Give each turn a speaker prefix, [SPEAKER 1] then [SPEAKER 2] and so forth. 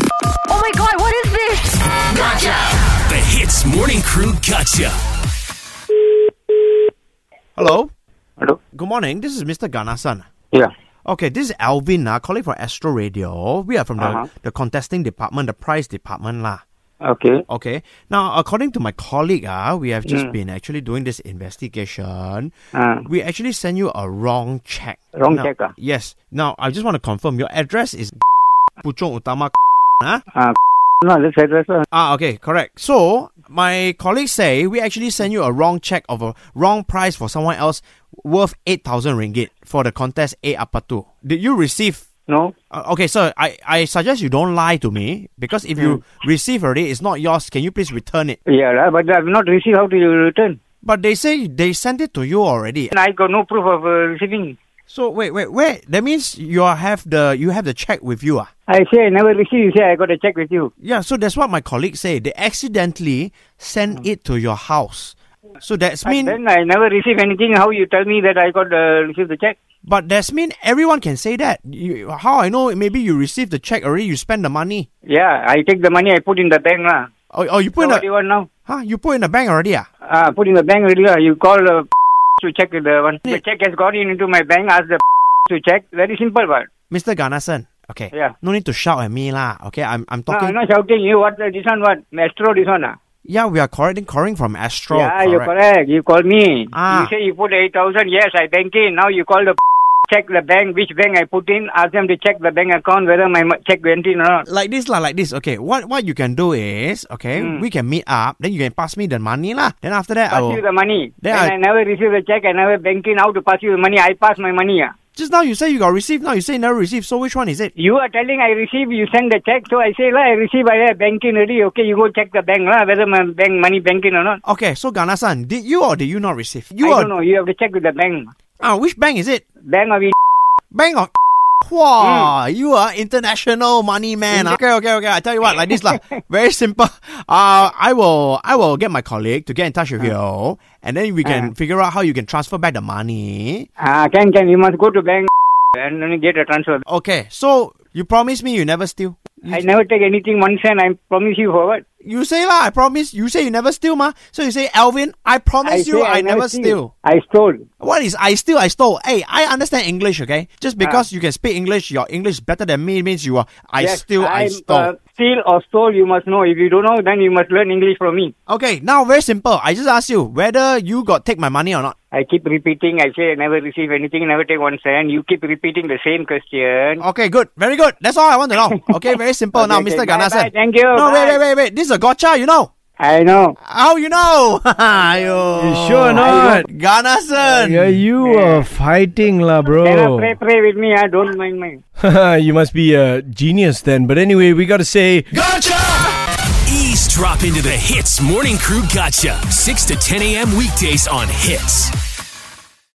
[SPEAKER 1] Oh my god, what is this?
[SPEAKER 2] The Hits Morning Crew Gotcha.
[SPEAKER 3] Hello.
[SPEAKER 4] Hello?
[SPEAKER 3] Good morning. This is Mr. Ganasan.
[SPEAKER 4] Yeah.
[SPEAKER 3] Okay, this is Alvin uh, calling for Astro Radio. We are from the,
[SPEAKER 4] Uh-huh.
[SPEAKER 3] the contesting department, the prize department lah.
[SPEAKER 4] Okay.
[SPEAKER 3] Okay. Now, according to my colleague, uh, we have just been actually doing this investigation.
[SPEAKER 4] Mm. Uh,
[SPEAKER 3] We actually sent you a wrong check.
[SPEAKER 4] Wrong
[SPEAKER 3] Now-
[SPEAKER 4] check, ah?
[SPEAKER 3] Yes. Now, I just want to confirm your address is Puchong Utama. huh?
[SPEAKER 4] no, this address. uh,
[SPEAKER 3] Ah, okay, correct. So my colleagues say we actually sent you a wrong check of a wrong price for someone else worth eight thousand ringgit for the contest A Apatu. Did you receive?
[SPEAKER 4] No.
[SPEAKER 3] Uh, okay, sir. I, I suggest you don't lie to me because if you receive already, it's not yours. Can you please return it?
[SPEAKER 4] Yeah, right, but I've not received. How do you return?
[SPEAKER 3] But they say they sent it to you already.
[SPEAKER 4] And I got no proof of uh, receiving.
[SPEAKER 3] So wait, wait, wait. That means you are- have the you have the check with you, ah.
[SPEAKER 4] I say I never received. You say I got a check with you.
[SPEAKER 3] Yeah, so that's what my colleagues say. They accidentally sent it to your house. So that's mean.
[SPEAKER 4] then I never receive anything. How you tell me that I got uh, received the check?
[SPEAKER 3] But that's mean everyone can say that. You, how I know? Maybe you receive the check already. You spend the money.
[SPEAKER 4] Yeah, I take the money. I put in the bank lah.
[SPEAKER 3] Oh, oh you
[SPEAKER 4] So
[SPEAKER 3] put
[SPEAKER 4] what
[SPEAKER 3] in
[SPEAKER 4] do you
[SPEAKER 3] the
[SPEAKER 4] want now?
[SPEAKER 3] huh? You put in the bank already, ah?
[SPEAKER 4] Uh, put in the bank already. lah. You call uh, to check the one. The check has gone in into my bank. Ask the to check. Very simple, but
[SPEAKER 3] Mr. Ganasan. Okay.
[SPEAKER 4] Yeah.
[SPEAKER 3] No need to shout at me, lah. Okay, I'm I'm
[SPEAKER 4] no,
[SPEAKER 3] talking.
[SPEAKER 4] I'm not shouting. You what? uh, This one what? Astro this one. ah.
[SPEAKER 3] Yeah, we are correcting, calling from Astro.
[SPEAKER 4] yeah,
[SPEAKER 3] correct.
[SPEAKER 4] you're correct. You call me.
[SPEAKER 3] Ah.
[SPEAKER 4] You say you put 8,000. Yes, I bank in. Now you call the check the bank, which bank I put in. Ask them to check the bank account whether my mo- check went in or not.
[SPEAKER 3] Like this, lah. Like this. Okay. What what you can do is okay. We can meet up. Then you can pass me the money, lah. Then after that, I
[SPEAKER 4] Mm. Pass
[SPEAKER 3] will.
[SPEAKER 4] you the money.
[SPEAKER 3] Then
[SPEAKER 4] and
[SPEAKER 3] I-
[SPEAKER 4] I, never receive the check. I never bank in. How to pass you the money? I pass my money. ah.
[SPEAKER 3] Just now you say you got received. Now you say never received. So which one is it?
[SPEAKER 4] You are telling I receive. You send the check. So I say, la, I receive. I have bank in already. Okay, you go check the bank lah, whether my bank money bank in or not.
[SPEAKER 3] Okay. So Ganasan, did you or did you not receive? You
[SPEAKER 4] I
[SPEAKER 3] or
[SPEAKER 4] don't know. You have to check with the bank.
[SPEAKER 3] ah, which bank is it?
[SPEAKER 4] Bank of India.
[SPEAKER 3] Bank of Wow, you are international money man. ah. Mm. Okay, okay, okay. I tell you what, like this lah. Very simple. Uh, I will, I will get my colleague to get in touch with you, and then we can figure out how you can transfer back the money.
[SPEAKER 4] Ah, can can. You must go to bank and then get a transfer.
[SPEAKER 3] Okay, so you promise me you never steal. You,
[SPEAKER 4] I never take anything once and I promise you for what?
[SPEAKER 3] you say lah, I promise. You say you never steal, ma. So you say, Alvin, I promise
[SPEAKER 4] say
[SPEAKER 3] you, I, never, steal.
[SPEAKER 4] steal. I stole.
[SPEAKER 3] What is I steal? I stole. Hey, I understand English, okay? Just because you can speak English, your English better than me means you are. I
[SPEAKER 4] Yes,
[SPEAKER 3] steal. I
[SPEAKER 4] I'm,
[SPEAKER 3] stole.
[SPEAKER 4] uh, steal or stole, you must know. If you don't know, then you must learn English from me.
[SPEAKER 3] Okay, now very simple. I just ask you whether you got take my money or not.
[SPEAKER 4] I keep repeating. I say I never receive anything, never take one cent. You keep repeating the same question.
[SPEAKER 3] Okay, good. Very good. That's all I want to know. Okay, very simple
[SPEAKER 4] Okay,
[SPEAKER 3] now,
[SPEAKER 4] okay.
[SPEAKER 3] Mr.
[SPEAKER 4] Bye,
[SPEAKER 3] Ganasan.
[SPEAKER 4] bye. Thank you.
[SPEAKER 3] No, wait, wait,
[SPEAKER 4] Bye.
[SPEAKER 3] wait, wait. This is a gotcha, you know.
[SPEAKER 4] I know.
[SPEAKER 3] How you know? Ayo.
[SPEAKER 5] You sure not?
[SPEAKER 3] Ganasan.
[SPEAKER 5] Yeah, you are fighting, la,
[SPEAKER 3] Oh.
[SPEAKER 4] Never pray,
[SPEAKER 5] bro.
[SPEAKER 4] pray with me. I don't mind my.
[SPEAKER 5] you must be a genius then. But anyway, we gotta say
[SPEAKER 2] Eavesdrop into the Hits Morning Crew Gotcha. 6 to 10 a.m. weekdays on Hits.